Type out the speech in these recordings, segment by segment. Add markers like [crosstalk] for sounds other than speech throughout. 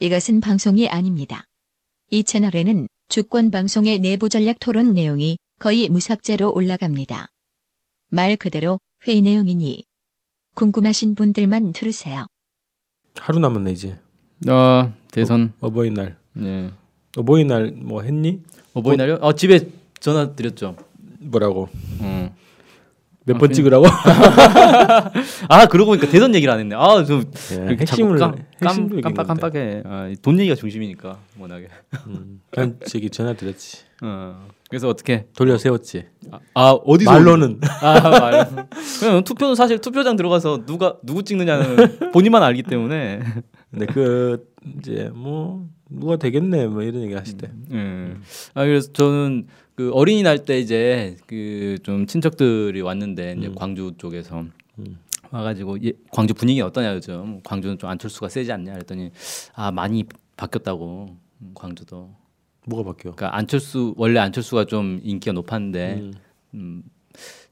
이것은 방송이 아닙니다. 이 채널에는 주권 방송의 내부 전략 토론 내용이 거의 무삭제로 올라갑니다. 말 그대로 회의 내용이니 궁금하신 분들만 들으세요. 하루 남았네 이제 아 대선 어버이날 예 어버이날 뭐 했니? 어버이날요? 아 집에 전화 드렸죠. 뭐라고 음. 어. 몇 아, 번 그냥- 찍으라고? 아 그러고 보니까 대선 얘기를 안 했네. 아좀 [laughs] 예, 핵심을 깜, 핵심도 깜, 얘기했는데. 깜빡깜빡해. 아, 돈 얘기가 중심이니까 워낙에. 음, [laughs] 난 저기 전화 드렸지 어. 그래서 어떻게? 돌려 세웠지 아, 아 어디서? 말로는 아 말로. [laughs] 그냥 투표는 사실 투표장 들어가서 누가 누구 찍느냐는 본인만 알기 때문에. [laughs] 근데 그 이제 뭐 누가 되겠네 뭐 이런 얘기 하실 때 음. 아 그래서 저는 그 어린이날 때 이제 그 좀 친척들이 왔는데 이제 광주 쪽에서 음. 와가지고 예, 광주 분위기 어떠냐 요즘 뭐 광주는 좀 안철수가 세지 않냐 그랬더니 아 많이 바뀌었다고 음, 광주도 뭐가 바뀌어 그러니까 안철수 원래 안철수가 좀 인기가 높았는데 음.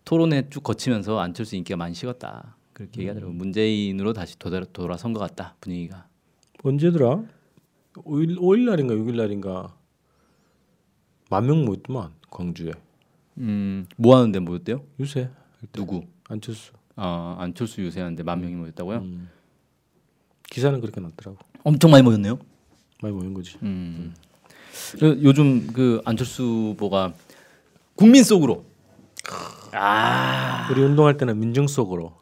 토론회 쭉 거치면서 안철수 인기가 많이 식었다 그렇게 얘기하더라고 문재인으로 다시 돌아, 돌아선 것 같다 분위기가 언제더라? 5일, 5일 날인가 6일 날인가 만 명 모였더만 광주에 음, 뭐 하는데 모였대요 요새 누구 안철수 아 안철수 유세하는데 만 명이 모였다고요 음. 기사는 그렇게 났더라고 엄청 많이 모였네요. 많이 모인 거지 음. 그 요즘 그 안철수 후보가 국민 속으로 우리 운동할 때는 민중 속으로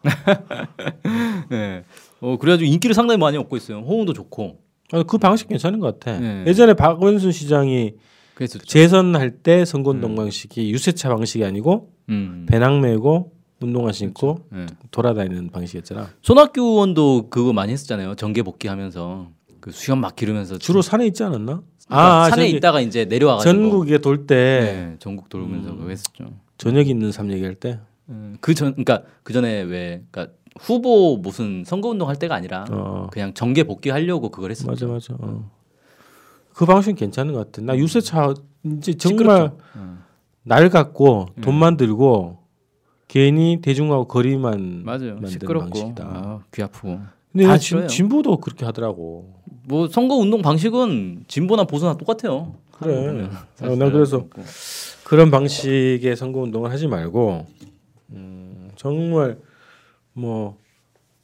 네. 어 그래가지고 인기를 상당히 많이 얻고 있어요. 호응도 좋고. 아, 그 방식 괜찮은 것 같아. 네. 그렇죠. 예전에 박원순 시장이 그래서 좋죠. 재선할 때 선거운동 방식이 유세차 방식이 아니고 음. 배낭 메고 운동화 신고 네. 돌아다니는 방식이었잖아. 손학규 의원도 그거 많이 했었잖아요. 정계 복귀하면서 그 수염 막 기르면서 주로 산에 있지 않았나? 그러니까 아, 아, 산에 저기 있다가 이제 내려와가지고 전국에 음. 돌 때 네, 전국 돌면서 그거 했었죠. 저녁 있는 삶 얘기할 때 그전 그러니까 그 전에 왜 그러니까 후보 무슨 선거 운동 할 때가 아니라 어. 그냥 정계 복귀하려고 음. 그걸 했었죠. 맞아 맞아. 어. 그 방식은 괜찮은 것 같아. 나 유세차 이제 정말 음. 시끄럽죠. 음. 어. 날 갖고 돈만 들고 괜히 대중하고 거리만 맞아요. 만드는 시끄럽고 방식이다. 아, 귀 아프고. 근데 다 진, 싫어요. 진보도 그렇게 하더라고. 뭐 선거 운동 방식은 진보나 보수나 똑같아요. 그래. 어, 사실 나 그래서 그렇고. 그런 방식의 선거 운동을 하지 말고 음, 정말 뭐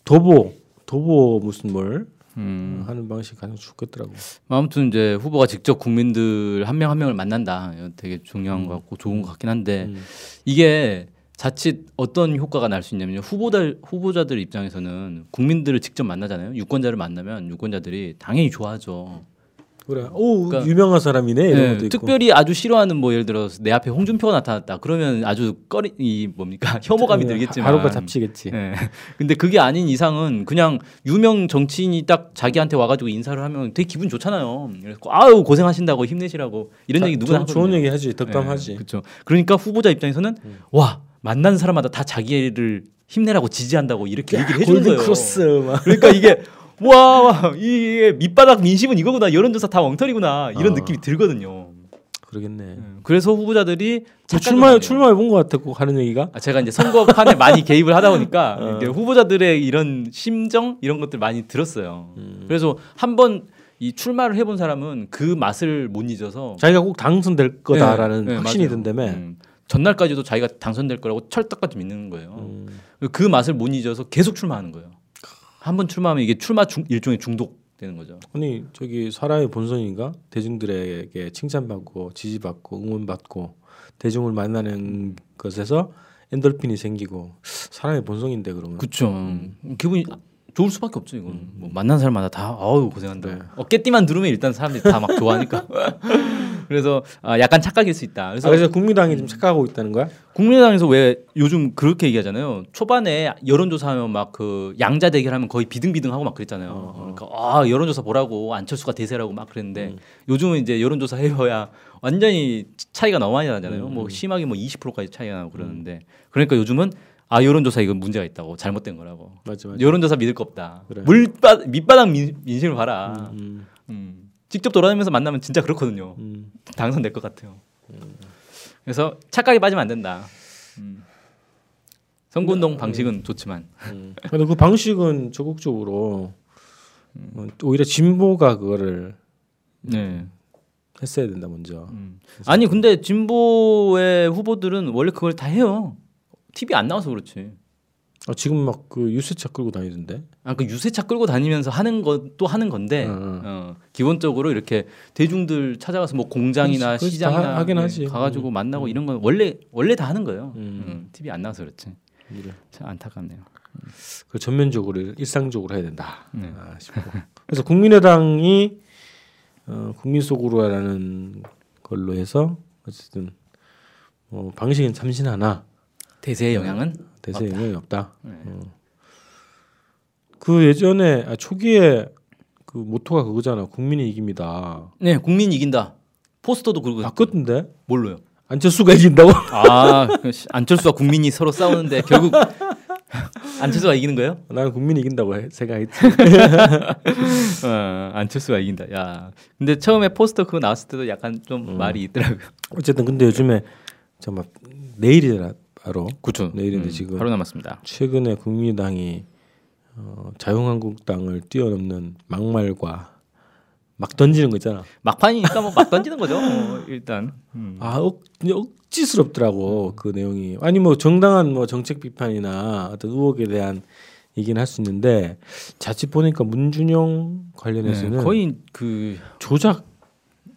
도보 도보 무슨 뭘 음. 하는 방식 가장 좋겠더라고. 뭐 아무튼 이제 후보가 직접 국민들 한 명 한 명을 만난다. 이거 되게 음. 중요한 것 같고 좋은 것 같긴 한데 이게 자칫 어떤 효과가 날 수 있냐면요. 후보들 후보자들 입장에서는 국민들을 직접 만나잖아요. 유권자를 만나면 유권자들이 당연히 좋아하죠. 그래. 오 그러니까- 유명한 사람이네 이런 예, 것도 있고. 특별히 아주 싫어하는 뭐 예를 들어서 내 앞에 홍준표가 나타났다. 그러면 아주 꺼리 이 뭡니까 [laughs] 혐오감이 들겠지만 네, 하루가 잡치겠지. 예. 근데 그게 아닌 이상은 그냥 유명 정치인이 딱 자기한테 와가지고 인사를 하면 되게 기분 좋잖아요. 그래서 아유 고생하신다고 힘내시라고 이런 자, 얘기 누구나 좋은, 좋은 하거든요. 얘기 하지 덕담하지. 음. 그렇죠. 그러니까 후보자 입장에서는 와 만난 사람마다 다 자기를 힘내라고 지지한다고 이렇게 얘기를 해주는 골든 거예요. 크로스 막 그러니까 이게 와, 와 이게 밑바닥 민심은 이거구나 여론조사 다 엉터리구나 이런 아. 느낌이 들거든요. 그러겠네. 예. 그래서 후보자들이 뭐 착각을 출마 하네요. 출마해 본 것 같아. 꼭 하는 얘기가. 아, 제가 이제 선거판에 [laughs] 많이 개입을 하다 보니까 어. 이제 후보자들의 이런 심정 이런 것들 많이 들었어요. 음. 그래서 한번 이 출마를 해본 사람은 그 맛을 못 잊어서 자기가 꼭 당선될 거다라는 예, 예, 확신이 맞아요. 든다며. 음, 전날까지도 자기가 당선될 거라고 철떡같이 믿는 거예요. 음. 그 맛을 못 잊어서 계속 출마하는 거예요. 한번 출마하면 이게 출마 중, 일종의 중독되는 거죠. 아니 저기 사람의 본성인가 대중들에게 칭찬받고 지지받고 응원받고 대중을 만나는 것에서 엔돌핀이 생기고 사람의 본성인데 그러면 그렇죠. 기분이 좋을 수밖에 없죠. 이건 뭐 만난 사람마다 다 아우 고생한다. 네. 어깨띠만 누르면 일단 사람들이 다 막 [laughs] 좋아하니까. 그래서 아, 약간 착각일 수 있다. 그래서, 그래서 아, 그래서 국민당이 좀 착각하고 있다는 거야? 국민의당에서 왜 요즘 그렇게 얘기하잖아요. 초반에 여론조사하면 막 그 양자 대결하면 거의 비등비등하고 막 그랬잖아요. 그러니까 아 여론조사 보라고 안철수가 대세라고 막 그랬는데 요즘은 이제 여론조사 해봐야 완전히 차이가 너무 많이 나잖아요. 뭐 심하게 뭐 20%까지 차이가 나고 그러는데 그러니까 요즘은 아 여론조사 이건 문제가 있다고 잘못된 거라고 맞아 맞아 여론조사 믿을 거 없다. 그래. 물바, 밑바닥 민, 민심을 봐라. 음, 음. 직접 돌아다니면서 만나면 진짜 그렇거든요. 음. 당선될 것 같아요. 그래서 착각에 빠지면 안 된다. 음. 네. 선거운동 방식은 좋지만 음. 근데 그 방식은 적극적으로 어, 오히려 진보가 그거를 네. 했어야 된다 먼저. 아니 근데 진보의 후보들은 원래 그걸 다 해요. TV 안 나와서 그렇지. 아, 지금 막 그 유세차 끌고 다니던데. 아 그 유세차 끌고 다니면서 하는 것도 하는 건데 응, 응. 어, 기본적으로 이렇게 대중들 찾아가서 뭐 공장이나 그렇지, 그렇지. 다 시장이나 하- 하긴 예, 하지. 가가지고 만나고 이런 건 원래 원래 다 하는 거예요. 음. 음, TV 안 나와서 그렇지. 이래. 참 안타깝네요. 그 전면적으로 일상적으로 해야 된다. 네. 아, 싶고. 그래서 국민의당이 어, 국민 속으로라는 걸로 해서 어쨌든 어, 방식은 참신하나 대세의 영향은 대세 없다. 영향이 없다. 네. 어. 그 예전에 아, 초기에 그 모토가 그거잖아. 국민이 이깁니다. 네 국민 이긴다. 포스터도 아, 그러고 바꿨던데 뭘로요? 안철수가 이긴다고. [laughs] 아 안철수와 국민이 서로 싸우는데 결국 [laughs] 안철수가 이기는 거예요? 나는 국민이 이긴다고 해- 생각했지. 어, 안철수가 이긴다. 야, 근데 처음에 포스터 그거 나왔을 때도 약간 좀 음. 말이 있더라고요. 어쨌든 근데 요즘에 정말 내일이라 바로 그렇죠. 내일인데 지금. 바로 남았습니다. 최근에 국민의당이 어, 자유한국당을 뛰어넘는 막말과 막 던지는 거 있잖아. 막판이니까 뭐 막 던지는 거죠. 어, 일단 음. 아 억, 그냥 억지스럽더라고 그 내용이. 아니 뭐 정당한 뭐 정책 비판이나 어떤 의혹에 대한 얘기는 할 수 있는데 자칫 보니까 문준영 관련해서는 네, 거의 그 조작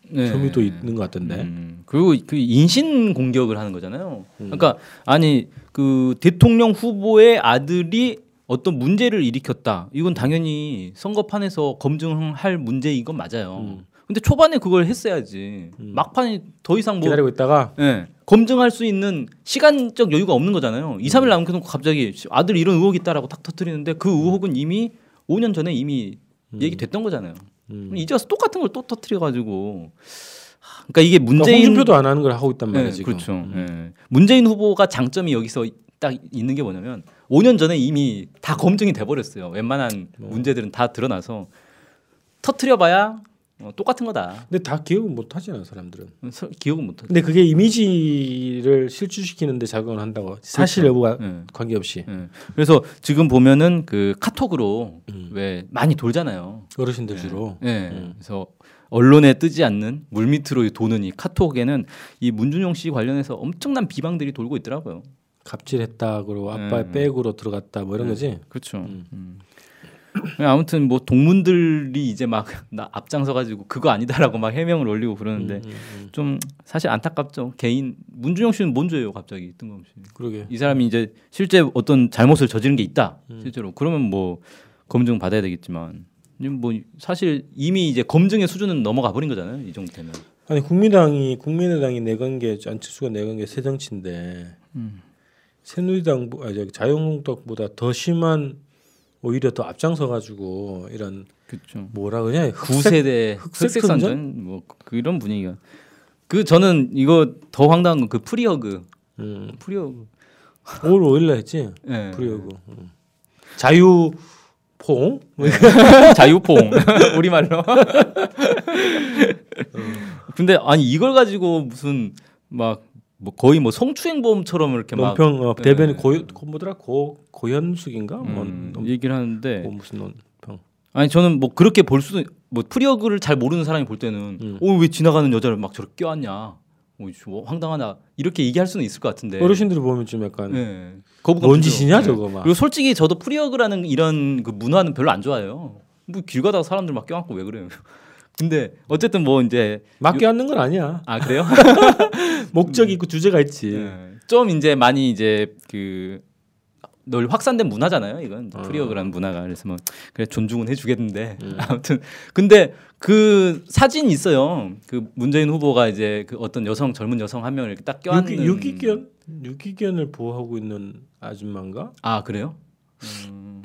네. 혐의도 있는 것 같던데. 음, 그리고 그 인신 공격을 하는 거잖아요. 음. 그러니까 아니 그 대통령 후보의 아들이 어떤 문제를 일으켰다. 이건 당연히 선거판에서 검증할 문제인 건 맞아요. 음. 근데 초반에 그걸 했어야지. 막판에 더 이상 뭐 기다리고 있다가 예, 검증할 수 있는 시간적 여유가 없는 음. 거잖아요. 2, 3일 남겨놓고 갑자기 아들 이런 의혹이 있다라고 탁 터뜨리는데 그 의혹은 이미 5년 전에 이미 얘기됐던 거잖아요. 음. 이제 와서 똑같은 걸 또 터뜨려가지고. 하, 그러니까 이게 문재인. 그러니까 홍준표도 안 하는 걸 하고 있단 말이야 예, 지금. 음. 그렇죠. 예. 문재인 후보가 장점이 여기서 딱 있는 게 뭐냐면 5년 전에 이미 다 검증이 돼버렸어요. 웬만한 뭐. 문제들은 다 드러나서 터트려봐야 어, 똑같은 거다. 근데 다 기억은 못 하잖아 사람들은. 서- 기억은 못하죠. 근데 그게 이미지를 실추시키는데 작용을 한다고 사실 여부가 예. 관계없이 예. 그래서 지금 보면은 그 카톡으로 왜 많이 돌잖아요. 음. 어르신들 주로 예. 그래서 언론에 뜨지 않는 물 밑으로 도는 이 카톡에는 이 문준용 씨 관련해서 엄청난 비방들이 돌고 있더라고요. 갑질했다 그러고 아빠의 음. 백으로 들어갔다 뭐 이런 거지. 그렇죠. 음. 아무튼 뭐 동문들이 이제 막 [laughs] 나 앞장서 가지고 그거 아니다라고 막 해명을 올리고 그러는데 좀 사실 안타깝죠. 개인 문준용 씨는 뭔 죄예요, 갑자기 뜬금없이. 그러게. 이 사람이 이제 실제 어떤 잘못을 저지른 게 있다 실제로 그러면 뭐 검증 받아야 되겠지만 이제 뭐 사실 이미 이제 검증의 수준은 넘어가 버린 거잖아요 이 정도 되면 아니 국민당이 국민의당이 내관계 안철수가 내관계 새정치인데 음. 새누리당 아 저기 자유한국당보다 더 심한 오히려 더 앞장서 가지고 이런 그렇죠 뭐라 그러냐 흑색- 구세대 흑색 흑색 선전 뭐 그런 분위기가 그 저는 이거 더 황당한 건 그 프리허그 음, 프리허그 5월 5일날 했지. 예 [laughs] 프리오고 음. 자유포 뭐 자유포옹 [laughs] 우리 말로 음. 근데 아니 이걸 가지고 무슨 막 뭐 거의 뭐 성추행범처럼 이렇게 막 논평 어, 대변 네. 고그 뭐더라 고 고현숙인가 뭐, 음, 논- 얘기를 하는데 뭐 무슨 논평 아니 저는 뭐 그렇게 볼 수도 뭐 프리어그를 잘 모르는 사람이 볼 때는 음. 어 왜 지나가는 여자를 막 저렇게 껴안냐 어, 저 황당하나 이렇게 얘기할 수는 있을 것 같은데 어르신들이 보면 좀 약간 예. 네. 거부감 뭔 들죠. 짓이냐 예. 저거 막 그리고 솔직히 저도 프리어그라는 이런 그 문화는 별로 안 좋아해요 뭐 길 가다가 사람들 막 껴안고 왜 그래요 [laughs] 근데 어쨌든 뭐 이제 맞게 하는 건 아니야 아 그래요 목적이 있고 주제가 있지 예. 좀 이제 많이 이제 그 널 확산된 문화잖아요. 이건 어. 음. 프리어그라는 문화가 그래서 뭐 그래 존중은 해주겠는데 [laughs] 아무튼 근데 그 사진 있어요. 그 문재인 후보가 이제 그 어떤 여성 젊은 여성 한 명을 이렇게 딱 껴안는 유기, 유기견 유기견을 보호하고 있는 아줌마인가 아 그래요?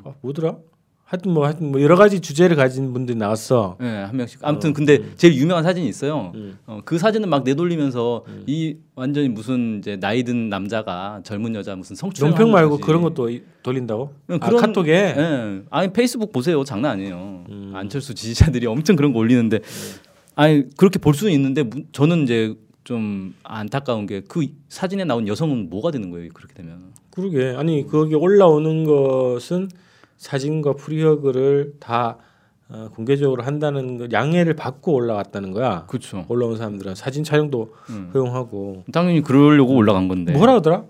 아, 뭐더라 하여튼 뭐 하여튼 뭐 여러 가지 주제를 가진 분들이 나왔어 예, 한 명씩. 아무튼 근데 제일 유명한 사진이 있어요. 음. 어, 그 사진은 막 내돌리면서 이 완전히 무슨 이제 나이 든 남자가 젊은 여자 무슨 성추행 논평 말고 그런 것도 이- 돌린다고 아, 응, 음, 네, 그런- 카톡에 음. 예. 아니 페이스북 보세요. 장난 아니에요. 안철수 지지자들이 엄청 그런 거 올리는데 네. 아니 그렇게 볼 수는 있는데 문- 저는 이제 좀 안타까운 게 그 사진에 나온 여성은 뭐가 되는 거예요? 그렇게 되면. 그러게 아니 거기 올라오는 것은 사진과 프리허그를 다 어, 공개적으로 한다는 거 양해를 받고 올라왔다는 거야. 그렇죠. 올라온 사람들은 사진 촬영도 음. 허용하고 당연히 그러려고 올라간 건데. 뭐라 하더라?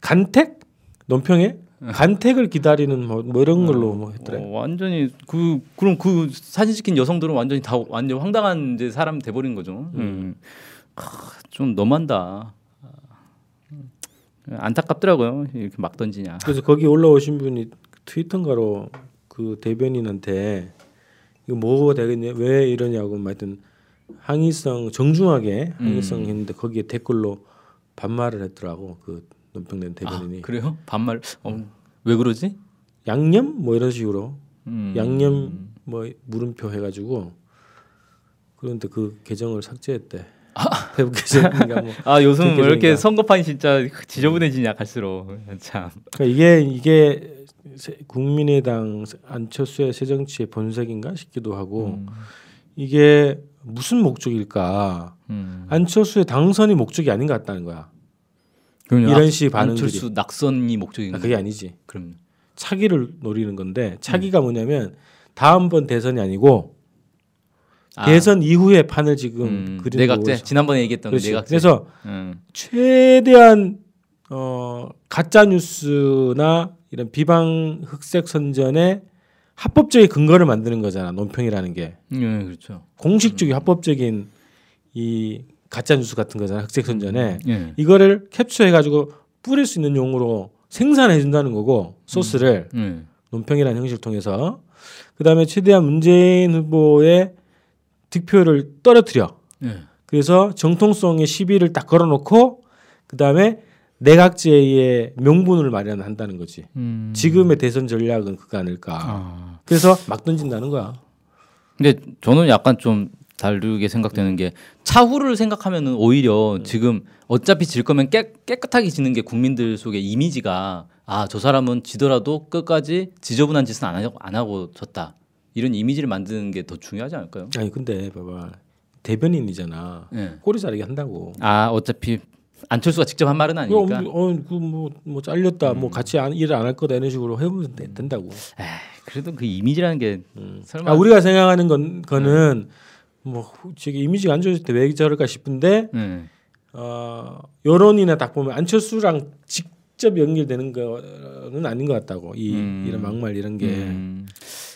간택? 논평에 간택을 기다리는 뭐, 뭐 이런 걸로 뭐 했더래. 어, 완전히 그 그럼 그 사진 찍힌 여성들은 완전히 다 완전 황당한 이제 사람 돼버린 거죠. 음. 크, 좀 너무한다. 아, 음. 안타깝더라고요. 이렇게 막 던지냐. 그래서 거기 올라오신 분이 트위터인가로 그 대변인한테 이거 뭐가 되겠냐 왜 이러냐고 하여튼 항의성 정중하게 음. 항의성 했는데 거기에 댓글로 반말을 했더라고 그 논평된 대변인이 아, 그래요? 반말. 어, 음. 왜 그러지? 양념 뭐 이런 식으로 음. 양념 뭐 물음표 해가지고 그런데 그 계정을 삭제했대 [laughs] 페북 계정인가 뭐 아 요즘 왜 그러니까. 이렇게 선거판이 진짜 지저분해지냐 갈수록 참. 그러니까 이게 이게 세- 국민의당 안철수의 새정치의 본색인가 싶기도 하고 음. 이게 무슨 목적일까? 음. 안철수의 당선이 목적이 아닌 것 같다는 거야. 이런 식의 반응들이. 아, 안철수 낙선이 목적인 아, 가 그게 아니지. 그럼 차기를 노리는 건데 차기가 음. 뭐냐면 다음번 대선이 아니고 대선 이후의 판을 지금 그리는 아, 음. 내각제 거고. 그렇죠. 지난번에 얘기했던 그 그렇지. 내각제. 그래서 음. 최대한 어, 가짜 뉴스나 이런 비방 흑색 선전에 합법적인 근거를 만드는 거잖아. 논평이라는 게. 예, 그렇죠. 공식적인 합법적인 이 가짜 뉴스 같은 거잖아. 흑색 선전에 예. 이거를 캡처해가지고 뿌릴 수 있는 용으로 생산해 준다는 거고 소스를 예. 논평이라는 형식을 통해서 그다음에 최대한 문재인 후보의 득표를 떨어뜨려 예. 그래서 정통성의 시비를 딱 걸어놓고 그다음에 내각제의 명분을 마련한다는 거지 음. 지금의 대선 전략은 그거 아닐까 아. 그래서 막 던진다는 거야 근데 저는 약간 좀 다르게 생각되는 게 차후를 생각하면은 오히려 지금 어차피 질 거면 깨, 깨끗하게 지는 게 국민들 속의 이미지가 아 저 사람은 지더라도 끝까지 지저분한 짓은 안 하고 안 하고 졌다 이런 이미지를 만드는 게 더 중요하지 않을까요? 아니 근데 봐봐 대변인이잖아 예. 꼬리 자르게 한다고 아 어차피 안철수가 직접 한 말은 아니니까. 음. 그럼 어그뭐뭐 잘렸다 뭐 같이 일 안 할 거다 이런 식으로 해보면 되- 된다고. 에이, 그래도 그 이미지라는 게 음. 설마 음. 아, 우리가 생각하는 건 거는 뭐 저기 이미지가 안 좋을 때 왜 저럴까 싶은데 예. 어 여론이나 딱 보면 안철수랑 직접 연결되는 거는 아닌 것 같다고 이 음. 이런 막말 이런 게 음,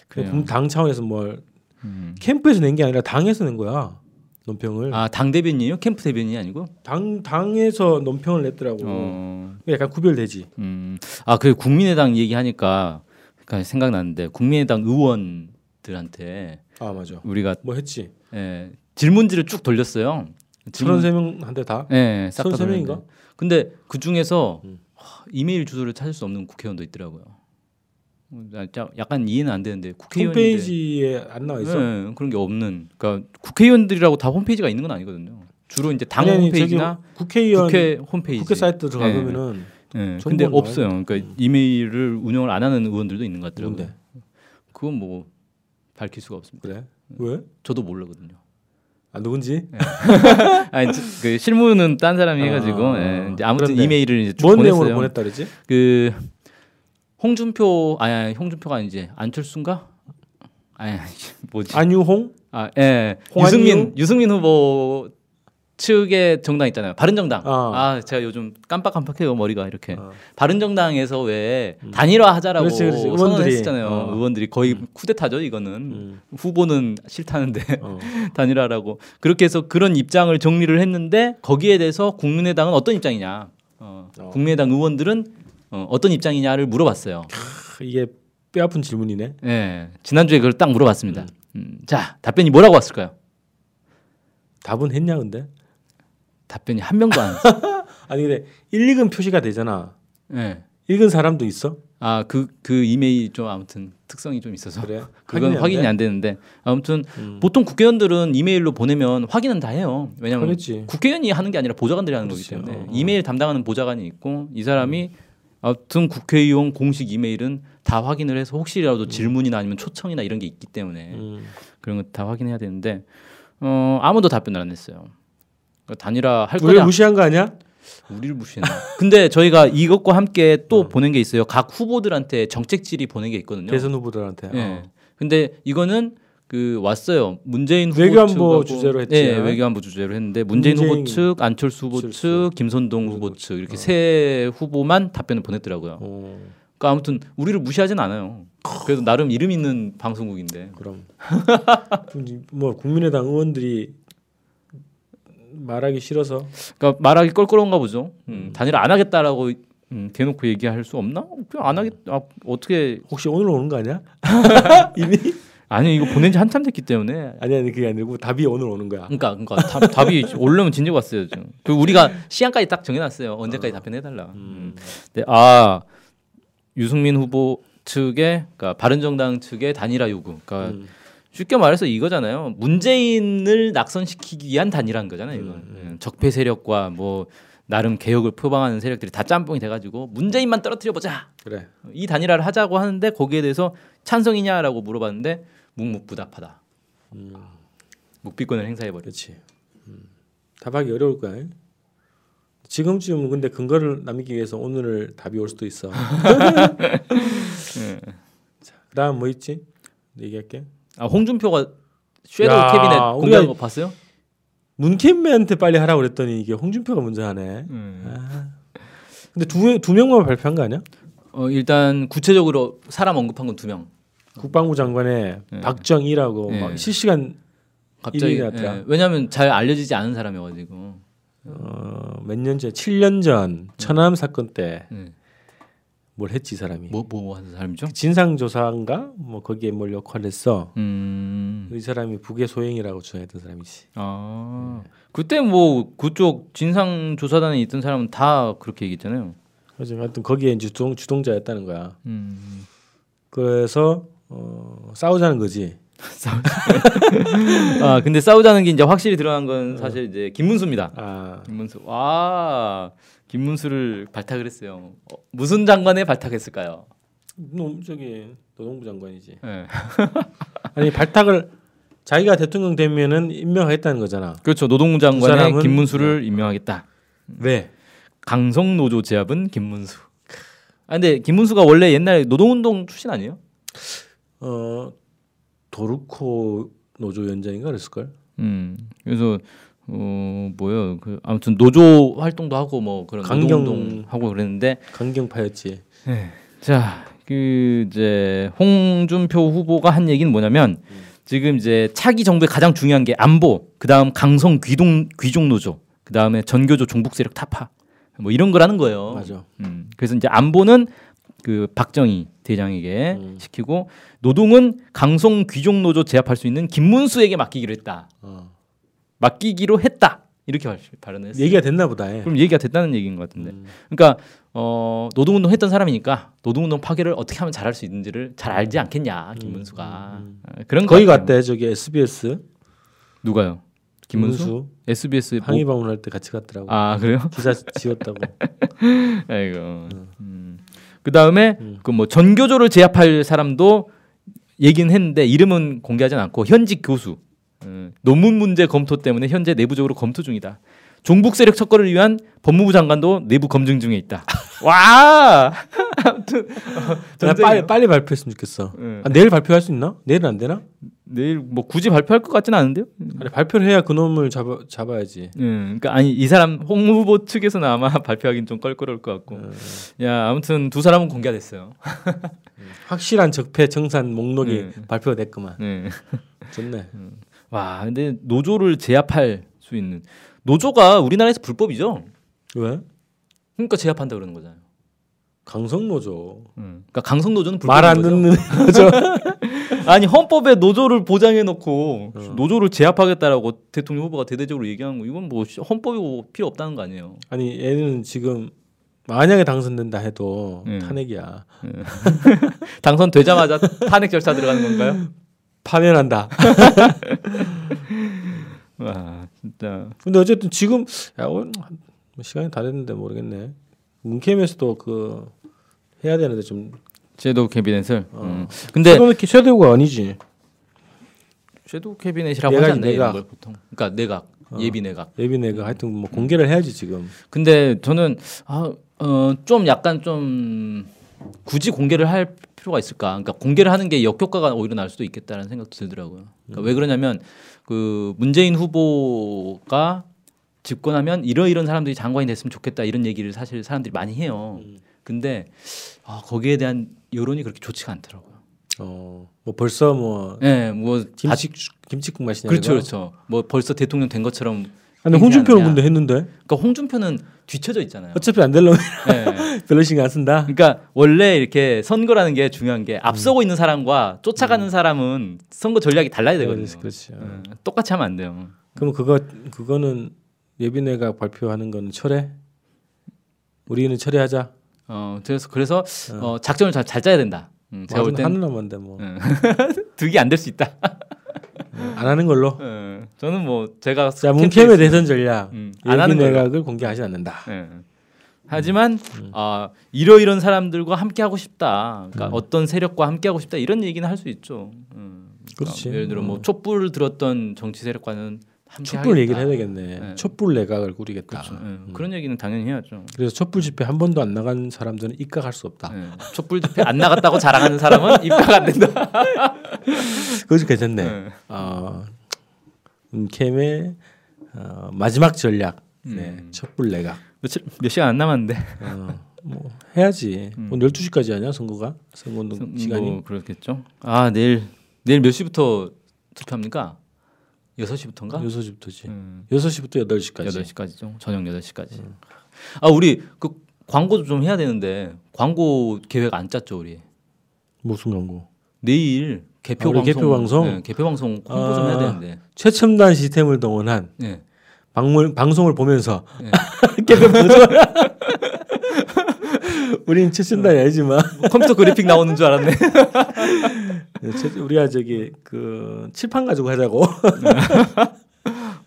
그래요. 그럼 당 차원에서 뭘 음. 캠프에서 낸 게 아니라 당에서 낸 거야 논평을 아당 대변인이요? 캠프 대변인이 아니고? 당 당에서 논평을 냈더라고 어. 그러니까 약간 구별되지 음. 아, 그래 국민의당 얘기하니까 그러니까 생각났는데 국민의당 의원들한테 아 맞아 우리가 뭐 했지 예, 질문지를 쭉 돌렸어요. 서른 세 명한테 다 예, 싹다 서른 세 명인가? 돌렸는데. 근데 그 중에서 음. 이메일 주소를 찾을 수 없는 국회의원도 있더라고요. 어, 나 짜- 약간 이해는 안 되는데 국회의원인데 홈페이지에 안 나와 있어. 예, 그런 게 없는. 그러니까 국회의원들이라고 다 홈페이지가 있는 건 아니거든요. 주로 이제 당 아니, 아니, 홈페이지나 저기 국회의원 국회, 국회 홈페이지, 사이트 예. 들어가면은 예, 정보가 근데 나와요? 음. 없어요. 그러니까 이메일을 운영을 안 하는 의원들도 있는 것 같더라고요. 뭔데? 그건 뭐 밝힐 수가 없습니다. 그래 음. 왜? 저도 모르거든요. 아 누군지? 네, 아니 저- 그 실무는 딴 사람이 해가지고 아, 예, 이제 아무튼 그런데 이메일을 이제 쭉 뭔 보냈어요. 내용으로 보냈다 그러지? 그 홍준표 아니, 아니 홍준표가 이제 안철수인가? 아니 [laughs] 아니, 뭐지? 안유홍? 아 예. 홍한유? 유승민 유승민 후보 측의 정당 있잖아요. 바른정당. 어. 아 제가 요즘 깜빡깜빡해요 머리가 이렇게. 어. 바른정당에서 왜 음. 단일화하자라고 그렇지, 그렇지. 의원들이. 선언했었잖아요. 어. 의원들이 거의 쿠데타죠 이거는. 음. 후보는 싫다는데 [laughs] 어. 단일화라고 그렇게 해서 그런 입장을 정리를 했는데 거기에 대해서 국민의당은 어떤 입장이냐 어, 어. 국민의당 의원들은 어, 어떤 입장이냐를 물어봤어요. 크, 이게 뼈아픈 질문이네. 예, 지난주에 그걸 딱 물어봤습니다. 음, 자 답변이 뭐라고 왔을까요? 답은 했냐 근데? 답변이 한 명도 안 왔어요. 아니 근데 일, 읽은 표시가 되잖아. 예. 읽은 사람도 있어? 아그 그 이메일 좀 아무튼 특성이 [laughs] 좀 있어서 그래? 그건 확인이 돼? 음. 안 되는데 아무튼 보통 국회의원들은 이메일로 보내면 확인은 다 해요. 왜냐하면 그렇지. 국회의원이 하는 게 아니라 보좌관들이 하는 그렇지. 거기 때문에 어, 음. 어. 이메일 담당하는 보좌관이 있고 이 사람이 아무튼 국회의원 공식 이메일은 다 확인을 해서 혹시라도 질문이나 아니면 초청이나 이런 게 있기 때문에 음. 그런 거 다 확인해야 되는데 어, 아무도 답변을 안 했어요. 그러니까 단일화 할 우리 거냐? 무시한 거 아니야? 우리를 무시했나? [laughs] 어. 근데 저희가 이것과 함께 또 보낸 게 있어요. 각 후보들한테 정책 질의 보낸 게 있거든요. 대선 후보들한테. 예. 근데 이거는 그 왔어요. 문재인 후보 외교안보 측하고- 주제로 했지. 네, 외교안보 주제로 했는데 문재인, 문재인 후보 측, 안철수 후보 안철수. 측, 김선동 후보 후보 측 어. 이렇게 세 후보만 답변을 보냈더라고요. 어, 그러니까 아무튼 우리를 무시하진 않아요. 그래도 나름 이름 있는 방송국인데. 그럼 뭐 국민의당 의원들이 말하기 싫어서 그러니까 말하기 껄끄러운가 보죠. 음, 단일화 안 하겠다라고 음, 대놓고 얘기할 수 없나? 그냥 안 하겠. 아, 어떻게? 혹시 오늘 오는 거 아니야? [laughs] 아니 이거 보낸 지 한참 됐기 때문에. 아니 아니 그게 아니고 답이 오늘 오는 거야. 그러니까 그러니까 답, 답이 오려면 진짜 왔어요 지금. 그 우리가 시간까지 딱 정해놨어요. 언제까지 답변해달라. 음. 네, 아 유승민 후보 측의 그러니까 바른정당 측의 단일화 요구. 그러니까 음. 쉽게 말해서 이거잖아요. 문재인을 낙선시키기 위한 단일한 거잖아요. 이건 예, 적폐 세력과 뭐 나름 개혁을 표방하는 세력들이 다 짬뽕이 돼가지고 문재인만 떨어뜨려 보자. 그래. 이 단일화를 하자고 하는데 거기에 대해서 찬성이냐라고 물어봤는데 묵묵부답하다. 음. 묵비권을 행사해 버려. 그렇지. 음. 답하기 어려울 거야. 지금쯤은 근데 근거를 남기기 위해서 오늘 답이 올 수도 [laughs] 있어. 네. 자, 그다음 뭐 있지? 얘기할게. 아 홍준표가 섀도우 야, 캐비넷 우리가- 공개한 거 봤어요? 문캠맨한테 빨리 하라고 그랬더니 이게 홍준표가 먼저 하네. 음. 아. 근데 두, 두 명만 발표한 거 아니야? 어, 일단 구체적으로 사람 언급한 건 두 명. 국방부 장관의 박정희라고 예. 막 실시간 갑자기 일인이 났더라. 예, 왜냐하면 잘 알려지지 않은 사람이어가지고 어, 몇 년째 7년 전 천안 사건 때 뭘 예. 했지 이 사람이 뭐, 뭐 하는 사람이죠? 진상조사인가 뭐 거기에 뭘 역할했어 음. 이 사람이 북의 소행이라고 주장했던 사람이지 아. 그때 뭐 그쪽 진상 조사단에 있던 사람은 다 그렇게 얘기했잖아요. 하지만 하여튼 거기에 이제 주동, 주동자였다는 거야 음. 그래서 어, 싸우자는 거지 아, 근데 싸우자는 게 이제 확실히 드러난 건 사실 음. 이제 김문수입니다. 아 김문수. 와. 김문수를 발탁을 했어요. 어, 무슨 장관에 발탁했을까요? 너, 저기 노동부 장관이지 예. 아니 발탁을 자기가 대통령 되면은 임명하겠다는 거잖아 그렇죠. 노동부 그 장관에 사람은- 김문수를 임명하겠다. 왜 강성 노조 제압은 김문수. 아 근데 김문수가 원래 옛날 노동운동 출신 아니에요? 어, 도르코 노조 위원장인가 그랬을걸 음. 그래서 어 뭐야 그 아무튼 노조 활동도 하고 뭐 그런 강경- 노동운동 하고 그랬는데 강경파였지 자 그 이제 홍준표 후보가 한 얘기는 뭐냐면 지금 이제 차기 정부의 가장 중요한 게 안보 그다음 강성 귀동 귀족 노조 그다음에 전교조 종북 세력 타파 뭐 이런 거라는 거예요. 맞아 음, 그래서 이제 안보는 그 박정희 대장에게 음. 시키고 노동은 강성 귀족 노조 제압할 수 있는 김문수에게 맡기기로 했다. 어. 맡기기로 했다. 이렇게 발- 발언을 했어요. 얘기가 됐나 보다 예. 그럼 얘기가 됐다는 얘기인 것 같은데. 그러니까 어, 노동운동 했던 사람이니까 노동운동 파괴를 어떻게 하면 잘할 수 있는지를 잘 알지 않겠냐 김문수가 아, 그런 거기 것 같아요. 갔대 저기 SBS 누가요? 김문수? SBS 뭐... 항의 방문할 때 같이 갔더라고 아 그래요? [laughs] 기사 지웠다고 아이고. 음. 그다음에 그 뭐 전교조를 제압할 사람도 얘기는 했는데 이름은 공개하진 않고 현직 교수. 음, 논문 문제 검토 때문에 현재 내부적으로 검토 중이다. 종북 세력 척거를 위한 법무부 장관도 내부 검증 중에 있다. [laughs] 와! 아무튼 어, 나 전쟁이에요. 그러니까 빨리 빨리 발표했으면 좋겠어 예. 아, 내일 발표할 수 있나 내일은 안 되나 내일 뭐 굳이 발표할 것 같지는 않은데요. 아니, 발표를 해야 그 놈을 잡아 잡아야지 음, 그러니까 아니 이 사람 홍 후보 측에서는 아마 [laughs] 발표하긴 좀 껄끄러울 것 같고. 야, 아무튼 두 사람은 공개가 [laughs] 됐어요. 확실한 적폐 정산 목록이 음. 발표가 됐구만 네. 좋네 와 근데 노조를 제압할 수 있는 노조가 우리나라에서 불법이죠. 왜 그러니까 제압한다 그러는 거잖아요. 강성 노조 음. 그러니까 강성 노조는 말 안 불법인 [laughs] 거죠. 듣는 노조 아니 헌법에 노조를 보장해 놓고 노조를 제압하겠다라고 대통령 후보가 대대적으로 얘기하는 거 이건 뭐 시- 헌법이고 필요 없다는 거 [laughs] 아니에요. 아니 얘는 지금 만약에 당선된다 해도 음. 탄핵이야 당선되자마자 탄핵 절차 들어가는 건가요? 파면한다 와 진짜 근데 어쨌든 지금 야, 오늘 뭐 시간이 다 됐는데 모르겠네. 문캠에서도 그 해야 되는데 좀 섀도우 캐비넷을. 어. 음. 근데 근데 쉐도우가, 쉐도우가 아니지. 섀도우 캐비넷이라고 내각이 하잖아요. 이런 내각. 걸 보통. 그러니까 내각 어. 예비 내각. 예비 내가 하여튼 뭐 공개를 해야지 지금. 근데 저는 아, 어, 좀 약간 좀 굳이 공개를 할 필요가 있을까? 그러니까 공개를 하는 게 역효과가 오히려 날 수도 있겠다는 생각도 들더라고요. 음. 그러니까 왜 그러냐면 그 문재인 후보가 집권하면 이런 이런 사람들이 장관이 됐으면 좋겠다 이런 얘기를 사실 사람들이 많이 해요. 음. 근데 아, 거기에 대한 여론이 그렇게 좋지가 않더라고요. 어, 뭐 벌써 뭐 예, 뭐 다- 김치 김치국 맛이냐. 이거? 그렇죠, 그렇죠. 뭐 벌써 대통령 된 것처럼. 아, 근데 홍준표는 그렇죠. 얘기하느냐. 근데 했는데 그러니까 홍준표는 뒤쳐져 있잖아요. 어차피 안 되려면 예. [laughs] 별로 신경 안 쓴다. 그러니까 원래 이렇게 선거라는 게 중요한 게 음. 앞서고 있는 사람과 쫓아가는 사람은 선거 전략이 달라야 되거든요. 그렇지, 그렇지. 어. 예, 똑같이 하면 안 돼요. 그럼 그거 그거는 예비내가 발표하는 거는 철회? 우리는 철회하자. 어, 그래서 그래서 어, 작전을 잘, 잘 짜야 된다. 음, 제가 하는- 볼땐 음. 하는 음. 아, 남한데 뭐. 음, 득이 안 될 수 있다. 안 하는 걸로. 예, 저는 뭐 제가 어. 자, 문캠의 대선 전략. 음, 안 하는 걸로. 예비내각을 공개하지 않는다. 예. 하지만 아 이러이런 사람들과 함께 하고 싶다. 음. 그러니까 어떤 세력과 함께 하고 싶다 이런 얘기는 할 수 있죠. 음, 그러니까 그렇지. 예를 들어 뭐 촛불을 들었던 정치 세력과는 함께 촛불 얘기를 음. 하겠다. 해야 되겠네. 네. 촛불 내각을 꾸리겠다. 예, 그런 얘기는 당연히 해야죠. 그래서 촛불 집회 한 번도 안 나간 사람들은 입각할 수 없다. 예, 촛불 집회 안 나갔다고 자랑하는 [laughs] 사람은 입각 안 된다. 그것이 괜찮네. 네. 어, 음캠의 어, 마지막 전략. 음. 네, 촛불 내각. 며칠 몇 시간 안 남았는데 어, 뭐 해야지. 오늘 12시까지 아니야 선거가? 선거운동 시간이? 음. 뭐 그렇겠죠. 아 내일 내일 몇 시부터 투표합니까? 6시부터인가? 6시부터지. 음. 6시부터 8시까지. 음. 8시까지죠. 저녁 8시까지. 아, 우리 그 광고도 좀 해야 되는데 광고 계획 안 짰죠, 우리. 무슨 광고? 내일 개표 아, 우리 방송 개표 방송? 네, 개표 방송 홍보 좀 아. 해야 되는데. 최첨단 시스템을 동원한 네. 방문, 방송을 보면서 [laughs] 네. 개별 보조. [laughs] 우리는 최첨단이 아니지만 뭐 컴퓨터 그래픽 나오는 [laughs] 줄 알았네. 최- 우리가 저기 그 칠판 가지고 하자고.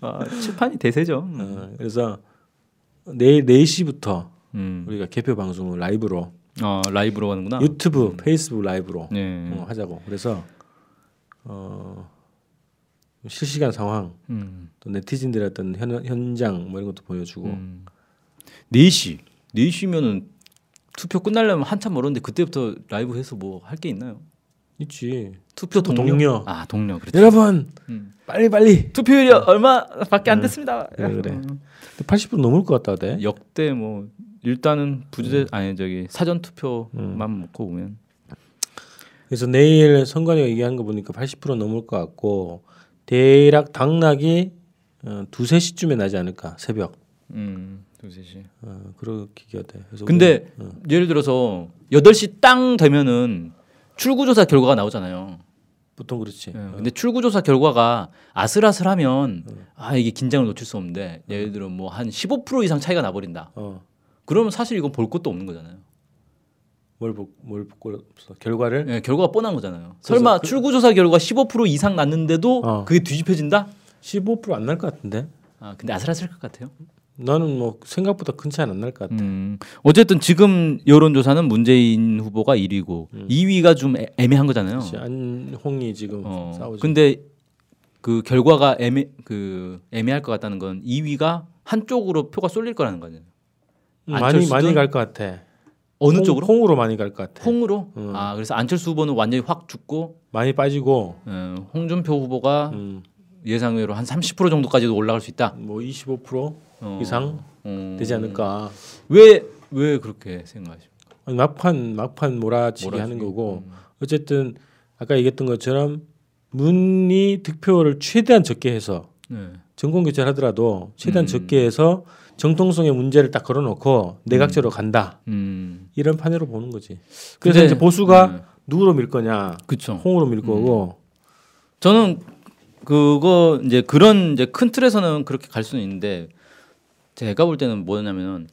아, 칠판이 대세죠. 음. 어, 그래서 내일 4시부터 음. 우리가 개표 방송을 라이브로 어, 라이브로 하는구나. 유튜브, 페이스북 라이브로 음. 네. 어, 하자고. 그래서 어, 실시간 상황, 음. 또 네티즌들의 어떤 현, 현장 뭐 이런 것도 보여주고. 음. 4시. 4시면은 투표 끝나려면 한참 멀었는데 그때부터 라이브 해서 뭐 할 게 있나요? 있지. 투표 투표 동료. 동료. 아, 동료. 그렇죠. 여러분 음. 빨리 빨리. 투표율이 얼마밖에 안 됐습니다. 네. 그래 그래. 80% 넘을 것 같다대. 역대 뭐 일단은 부재 아니 저기 사전 투표만 놓고 보면 그래서 내일 선관위가 얘기한 거 보니까 80% 넘을 것 같고 대략 당락이 어, 두세 시쯤에 나지 않을까 새벽. 음 두세 시. 어, 그렇게 기가 돼. 그래서 근데 예를 들어서 8시 땅 되면은 출구조사 결과가 나오잖아요. 우리 보통 그렇지. 예, 근데 출구조사 결과가 아슬아슬하면 아 이게 긴장을 놓칠 수 없는데 예를 들어 뭐 한 15% 이상 차이가 나버린다. 어, 그러면 사실 이건 볼 것도 없는 거잖아요. 뭘 보, 뭘 보고 결과를 예, 결과가 뻔한 거잖아요. 설마 출구조사 결과 15% 이상 났는데도 어. 그게 뒤집혀진다? 15%안 날 것 같은데. 아 근데 아슬아슬할 것 같아요. 나는 뭐 생각보다 큰 차이 안 날 것 같아. 음, 어쨌든 지금 여론조사는 문재인 후보가 1위고 2위가 좀 애- 애매한 음. 거잖아요. 그치, 안홍이 지금 음. 어, 그렇죠. 싸우지. 근데 그 결과가 애매 그 애매할 것 같다는 건 2위가 한쪽으로 표가 쏠릴 거라는 거잖아요. 음, 많이 안철수든 많이 갈 것 같아. 어느 홍- 쪽으로? 홍으로 음. 많이 갈 것 같아. 홍으로. 아 그래서 안철수 후보는 완전히 확 죽고 많이 빠지고 어, 홍준표 후보가 음, 예상외로 한 30% 정도까지도 올라갈 수 있다. 뭐25% 어, 이상 어, 되지 않을까. 왜왜 그렇게 생각하십니까? 아니, 막판 막판 몰아치기 하는 거고 음. 어쨌든 아까 얘기했던 것처럼 문이 득표를 최대한 적게 해서 네. 정권 교체를 하더라도 음. 최대한 적게 해서 정통성의 문제를 딱 걸어놓고 내각제로 간다 음. 이런 판으로 보는 거지. 그래서 근데- 어. 이제 보수가 네. 누구로 밀 거냐, 그쵸. 홍으로 밀 거고 음. 저는 그거 이제 그런 이제 큰 틀에서는 그렇게 갈 수는 있는데 제가 볼 때는 뭐냐면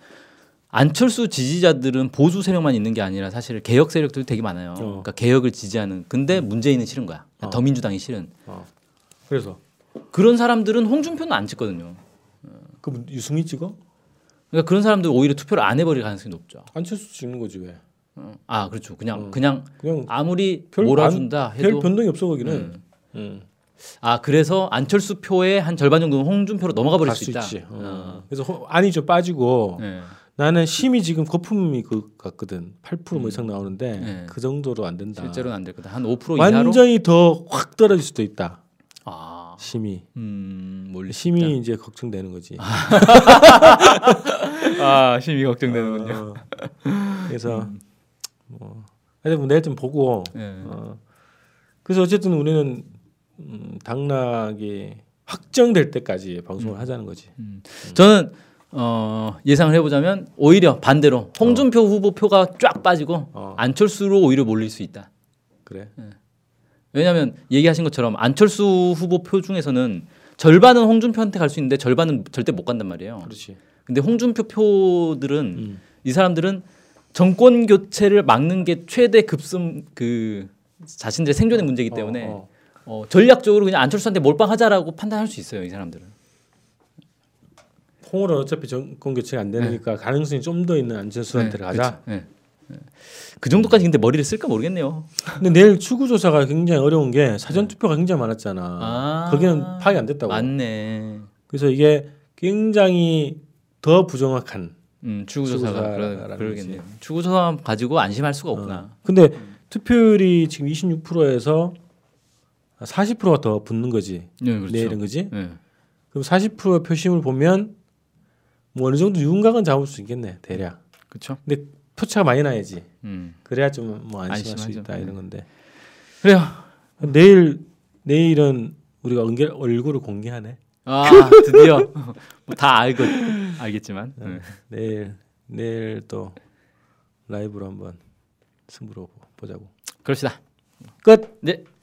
안철수 지지자들은 보수 세력만 있는 게 아니라 사실 개혁 세력들이 되게 많아요. 어. 그러니까 개혁을 지지하는 근데 음. 문재인은 싫은 거야. 그러니까 더민주당이 싫은 그래서 그런 사람들은 홍준표는 안 찍거든요. 그 유승민 찍어? 그러니까 그런 사람들 오히려 투표를 안 해버릴 가능성이 높죠. 안철수 찍는 거지 왜? 어. 아 그렇죠. 그냥 그냥 그냥 아무리 별 몰아준다 안- 별 해도 변동이 없어 거기는 음. 아 그래서 안철수 표의 한 절반 정도는 홍준표로 넘어가 버릴 갈 수 있다. 있지. 어. 그래서 호- 안이 좀 빠지고 네. 나는 심이 지금 거품이 그 같거든. 8%뭐 음. 이상 나오는데 네. 그 정도로 안 된다. 실제로는 안 될 거다. 한 5% 이하로. 완전히 더 확 떨어질 수도 있다. 아, 심이. 음, 몰리 심이 이제 걱정되는 거지. 아, 심이 어. 걱정되는군요. 그래서 음. 뭐 하여튼 뭐 내일 좀 보고. 예. 어. 그래서 어쨌든 우리는 음, 당락이 확정될 때까지 음. 방송을 하자는 거지. 저는 어, 예상을 해보자면 오히려 반대로 홍준표 후보 표가 쫙 빠지고 어. 안철수로 오히려 몰릴 수 있다. 그래. 왜냐하면 얘기하신 것처럼 안철수 후보 표 중에서는 절반은 홍준표한테 갈 수 있는데 절반은 절대 못 간단 말이에요. 그렇지. 근데 홍준표 표들은 음. 이 사람들은 정권 교체를 막는 게 최대 급승 그 자신들의 생존의 문제이기 때문에 어, 어, 어. 전략적으로 그냥 안철수한테 몰빵하자라고 판단할 수 있어요 이 사람들은. 홍으로 어차피 정권 교체가 안 되니까 가능성이 좀 더 있는 안철수한테 네, 가자. 그치. 네. 그 정도까지 근데 머리를 쓸까 모르겠네요. 근데 내일 추구 조사가 굉장히 어려운 게 사전 투표가 굉장히 많았잖아. 네. 아. 거기는 파악이 안 됐다고. 맞네. 그래서 이게 굉장히 더 부정확한. 음, 추구조사가 그러, 추구조사라는 그러겠네요. 추구조사 가지고 안심할 수가 어. 없구나. 근데 음. 투표율이 지금 26%에서 40%가 더 붙는 거지. 네, 그렇죠. 내일은 거지. 네. 그럼 40%의 표심을 보면 뭐 어느 정도 윤곽은 잡을 수 있겠네 대략. 그렇죠. 근데 표차가 많이 나야지. 음. 그래야 좀 뭐 안심할 수 안심하죠. 네. 있다 이런 건데. 그래요. 내일 내일은 우리가 은결 얼굴을 공개하네. 아, 드디어 [laughs] 뭐다 알고 알겠지만. 네. 내일 내일 또 라이브로 한번 승부로 보자고. 그럽시다. 끝. 네.